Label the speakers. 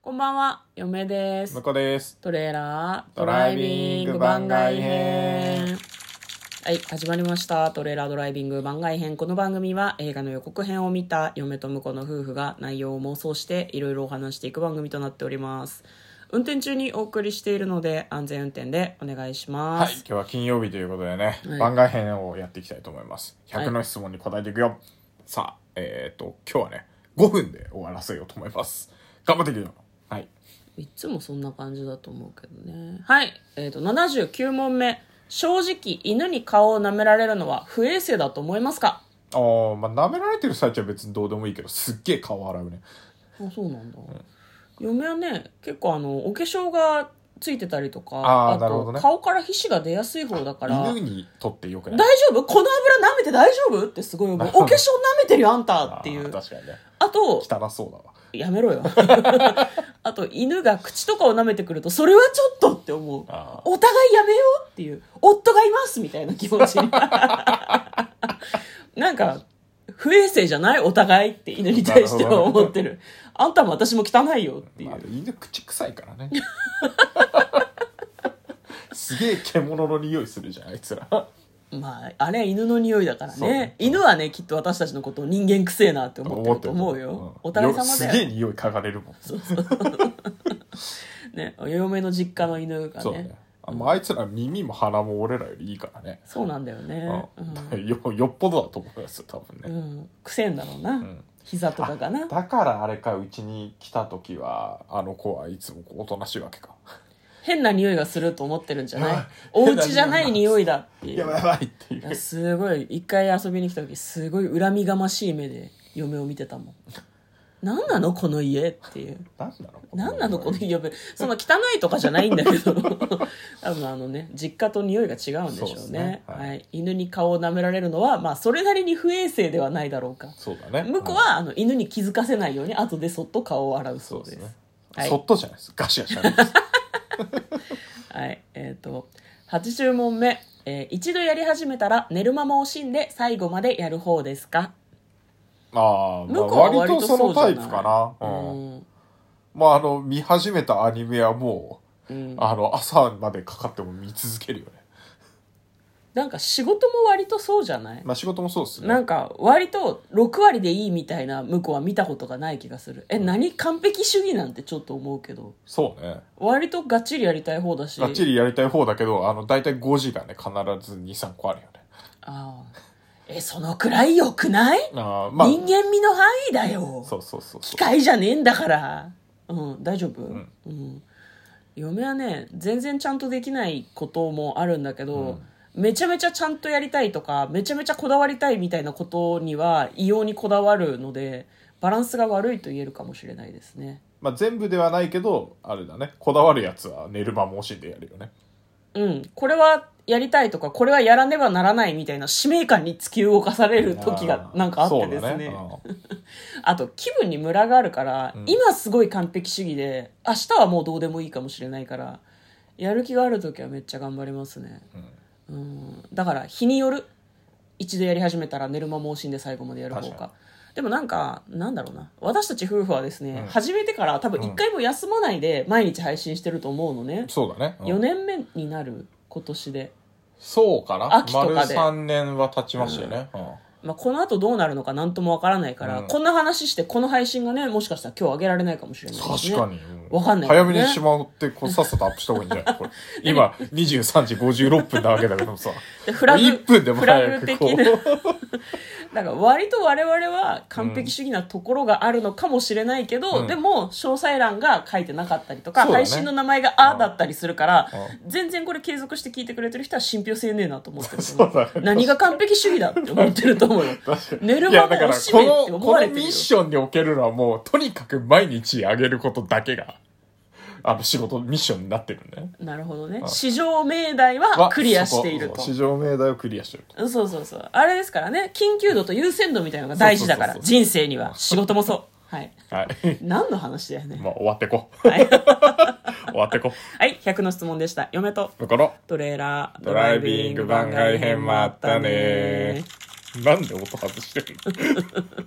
Speaker 1: こんばんは、嫁です
Speaker 2: 向。こうです。
Speaker 1: トレーラード
Speaker 2: ド
Speaker 1: ラ
Speaker 2: ラ
Speaker 1: イ
Speaker 2: イ
Speaker 1: ビン
Speaker 2: ビン
Speaker 1: グ
Speaker 2: グ
Speaker 1: 番
Speaker 2: 番
Speaker 1: 外
Speaker 2: 外
Speaker 1: 編
Speaker 2: 編。
Speaker 1: はい、始まりました。トレーラードライビング番外編。この番組は映画の予告編を見た嫁と婿の夫婦が内容を妄想していろいろお話していく番組となっております。運転中にお送りしているので安全運転でお願いしま
Speaker 2: はい、
Speaker 1: す
Speaker 2: 今。日は金曜日ということでね、
Speaker 1: はい
Speaker 2: 番外編をやっていきたいと思います。
Speaker 1: はい
Speaker 2: 100の質問に答えていくよ。さあ、えっ、と、今日はね、5分で終わらせようと思います。頑張っていくよ。はい。
Speaker 1: い、つもそんな感じだと思うけどね。はい、えっ、と、79問目。正直、犬に顔を舐められるのは不衛生だと思いますか
Speaker 2: あー、まあ、舐められてる最中は別にどうでもいいけど、すっげえ顔洗うね。
Speaker 1: あそうなんだ、嫁はね結構あのお化粧がついてたりとか
Speaker 2: あーなるほ
Speaker 1: と、
Speaker 2: どね
Speaker 1: 顔から皮脂が出やすい方だから
Speaker 2: 犬
Speaker 1: 大
Speaker 2: にとってよくない。
Speaker 1: 丈夫この油舐めて大丈夫ってすごい思う
Speaker 2: な
Speaker 1: お
Speaker 2: るほ
Speaker 1: 化
Speaker 2: ど
Speaker 1: 粧舐めてるよあんたってい
Speaker 2: あー
Speaker 1: うあ
Speaker 2: 確かにね。
Speaker 1: と
Speaker 2: 汚そうだわ。
Speaker 1: やめろよ あと犬が口とかを舐めてくるとそれはちょっとって思う
Speaker 2: あー
Speaker 1: お互いやめようっていう夫がいますみたいな気持ち なんか不衛生じゃないお互いって犬に対しては思ってるあんたも私も汚いよっていう、
Speaker 2: まあ、犬口臭いからね。すげえ獣の匂いするじゃん、あいつら。
Speaker 1: まあ、あれは犬の匂いだから
Speaker 2: そう
Speaker 1: ね
Speaker 2: ね。
Speaker 1: 犬はね、きっと私たちのことを人間くせえなって思ってると思うよ。お互い様
Speaker 2: す
Speaker 1: だ
Speaker 2: げえ
Speaker 1: よ。
Speaker 2: 匂い嗅がれるもん。
Speaker 1: ね、お嫁の実家の犬が
Speaker 2: そう
Speaker 1: ね。
Speaker 2: ね。あまあ、あいつら耳も鼻も俺らよりいいからね。
Speaker 1: そうなんだよね。
Speaker 2: う
Speaker 1: うんん。
Speaker 2: よよっぽどだと思いますよ、多分
Speaker 1: う
Speaker 2: ね。
Speaker 1: ん。くせえんだろうな。
Speaker 2: ん
Speaker 1: 膝とかかな。
Speaker 2: だからあれか、うちに来た時は、あの子はいつもこうおとなしいわけか。
Speaker 1: 変な匂いがすると思ってるんじゃない
Speaker 2: やばい
Speaker 1: お家じゃない匂いだっていう。
Speaker 2: やばいやばいっていう。
Speaker 1: すごい、一回遊びに来た時、すごい恨みがましい目で嫁を見てたもん。何なのこの家っていう。
Speaker 2: なん
Speaker 1: な
Speaker 2: なの
Speaker 1: んなのこの呼ぶその汚いとかじゃないんだけ ど多分あのね実家と匂いが違うんでし
Speaker 2: そうで
Speaker 1: ょう
Speaker 2: す
Speaker 1: ね
Speaker 2: ね
Speaker 1: は
Speaker 2: はいい
Speaker 1: 犬に顔を舐められるのは、まあ、それなりに不衛生ではないだろうか
Speaker 2: そうだね。
Speaker 1: 向こうは、あの犬に気づかせないように後でそっと顔を洗うそうです
Speaker 2: そうですね
Speaker 1: はい
Speaker 2: そっとじゃないです。ガシガシやる んです。
Speaker 1: はいえっ、と80問目、えー一度やり始めたら寝るまま惜しんで最後までやる方ですか
Speaker 2: あー
Speaker 1: 向
Speaker 2: まあ、
Speaker 1: こうは割
Speaker 2: 割
Speaker 1: と
Speaker 2: とそ
Speaker 1: そう
Speaker 2: の
Speaker 1: じゃな
Speaker 2: タ
Speaker 1: い
Speaker 2: イプかな。
Speaker 1: う
Speaker 2: うん。
Speaker 1: ん、
Speaker 2: まあ、あの、見始めたアニメはも
Speaker 1: うん
Speaker 2: う、、あの、朝までかかっても見続けるよね。
Speaker 1: なんか仕事も割とそうじゃない
Speaker 2: まあ仕事もそうですね。
Speaker 1: なんか割と6割でいいみたいな向こうは見たことがない気がするえ何完璧主義なんてちょっと思うけど
Speaker 2: そうね。
Speaker 1: 割とがっちりやりたい方だし
Speaker 2: がっちりやりたい方だけど、あの、大体5時がね、必ず2、3個あるよね。
Speaker 1: ああえそのくらい良くない、
Speaker 2: あーまあ、
Speaker 1: 人間味の範囲だよ
Speaker 2: そうそうそう
Speaker 1: 機
Speaker 2: そう。
Speaker 1: 械じゃねえんだからうん大丈夫うんん、嫁はね全然ちゃんとできないこともあるんだけど、めちゃめちゃちゃんとやりたいとかめちゃめちゃこだわりたいみたいなことには異様にこだわるのでバランスが悪いと言えるかもしれないですね
Speaker 2: まあ全部ではないけど、あれだね、こだわるやつは寝る間も惜しんでやるよね。
Speaker 1: うんこれはやりたいとかこれはやらねばならないみたいな使命感に突き動かされる時がなんかあってですね
Speaker 2: そうだね
Speaker 1: あと気分にムラがあるから、今すごい完璧主義で明日はもうどうでもいいかもしれないからやる気がある時はめっちゃ頑張りますね、うん、だから日による一度やり始めたら寝る間も惜しんで最後までやる方
Speaker 2: 確か
Speaker 1: かでもなんかなんだろうな私たち夫婦はですね、始めてから多分一回も休まないで毎日配信してると思うのね
Speaker 2: うん、そうだね。うん
Speaker 1: 4年目になる今年で、
Speaker 2: そうかな
Speaker 1: 秋とかで
Speaker 2: 丸3年は経ちましたよね。うん
Speaker 1: まあ、この後どうなるのか何ともわからないから、
Speaker 2: うん
Speaker 1: こんな話してこの配信がねもしかしたら今日上げられないかもしれないです
Speaker 2: 確
Speaker 1: ね
Speaker 2: かに。う
Speaker 1: わかんないけ
Speaker 2: 早
Speaker 1: どね
Speaker 2: めにしまって、こう、さっさとアップした方がいいんじ ゃないこれ今、23時56分なわけだけどさ。
Speaker 1: でフラグ
Speaker 2: 1分でも
Speaker 1: フラ
Speaker 2: 早
Speaker 1: グ
Speaker 2: く
Speaker 1: 的
Speaker 2: こ
Speaker 1: な
Speaker 2: う。
Speaker 1: なんか割と我々は完璧主義なところがあるのかもしれないけど、
Speaker 2: うん
Speaker 1: でも詳細欄が書いてなかったりとか、
Speaker 2: そうだね
Speaker 1: 配信の名前が「あ」だったりするから
Speaker 2: う
Speaker 1: 全然これ継続して聞いてくれてる人は信憑性ねえなと思ってると
Speaker 2: そ
Speaker 1: 思う
Speaker 2: うだね。
Speaker 1: 何が完璧主義だって思ってると思うよ寝る
Speaker 2: い
Speaker 1: 間
Speaker 2: や
Speaker 1: も
Speaker 2: だから
Speaker 1: 惜
Speaker 2: こ
Speaker 1: しめって
Speaker 2: の
Speaker 1: 思
Speaker 2: こ
Speaker 1: わ
Speaker 2: の
Speaker 1: れて
Speaker 2: ミ
Speaker 1: るよ
Speaker 2: ッションにおけるのはもうとにかく毎日あげることだけがあの仕事ミッションになってるんだよね
Speaker 1: なるほどね市場命題はクリアしている
Speaker 2: そ
Speaker 1: と
Speaker 2: こそう市場命題をクリアしてると
Speaker 1: そうそうそうあれですからね緊急度と優先度みたいなのが大事だから
Speaker 2: そうそうそう
Speaker 1: 人生には仕事もそうはい
Speaker 2: はい
Speaker 1: 何の話だよね
Speaker 2: まあ終わってこ
Speaker 1: はい
Speaker 2: 終わってこ
Speaker 1: はい、100の質問でした。嫁と
Speaker 2: だから
Speaker 1: トレーラー、
Speaker 2: ドライビング番外編もあったねなんで音外してるの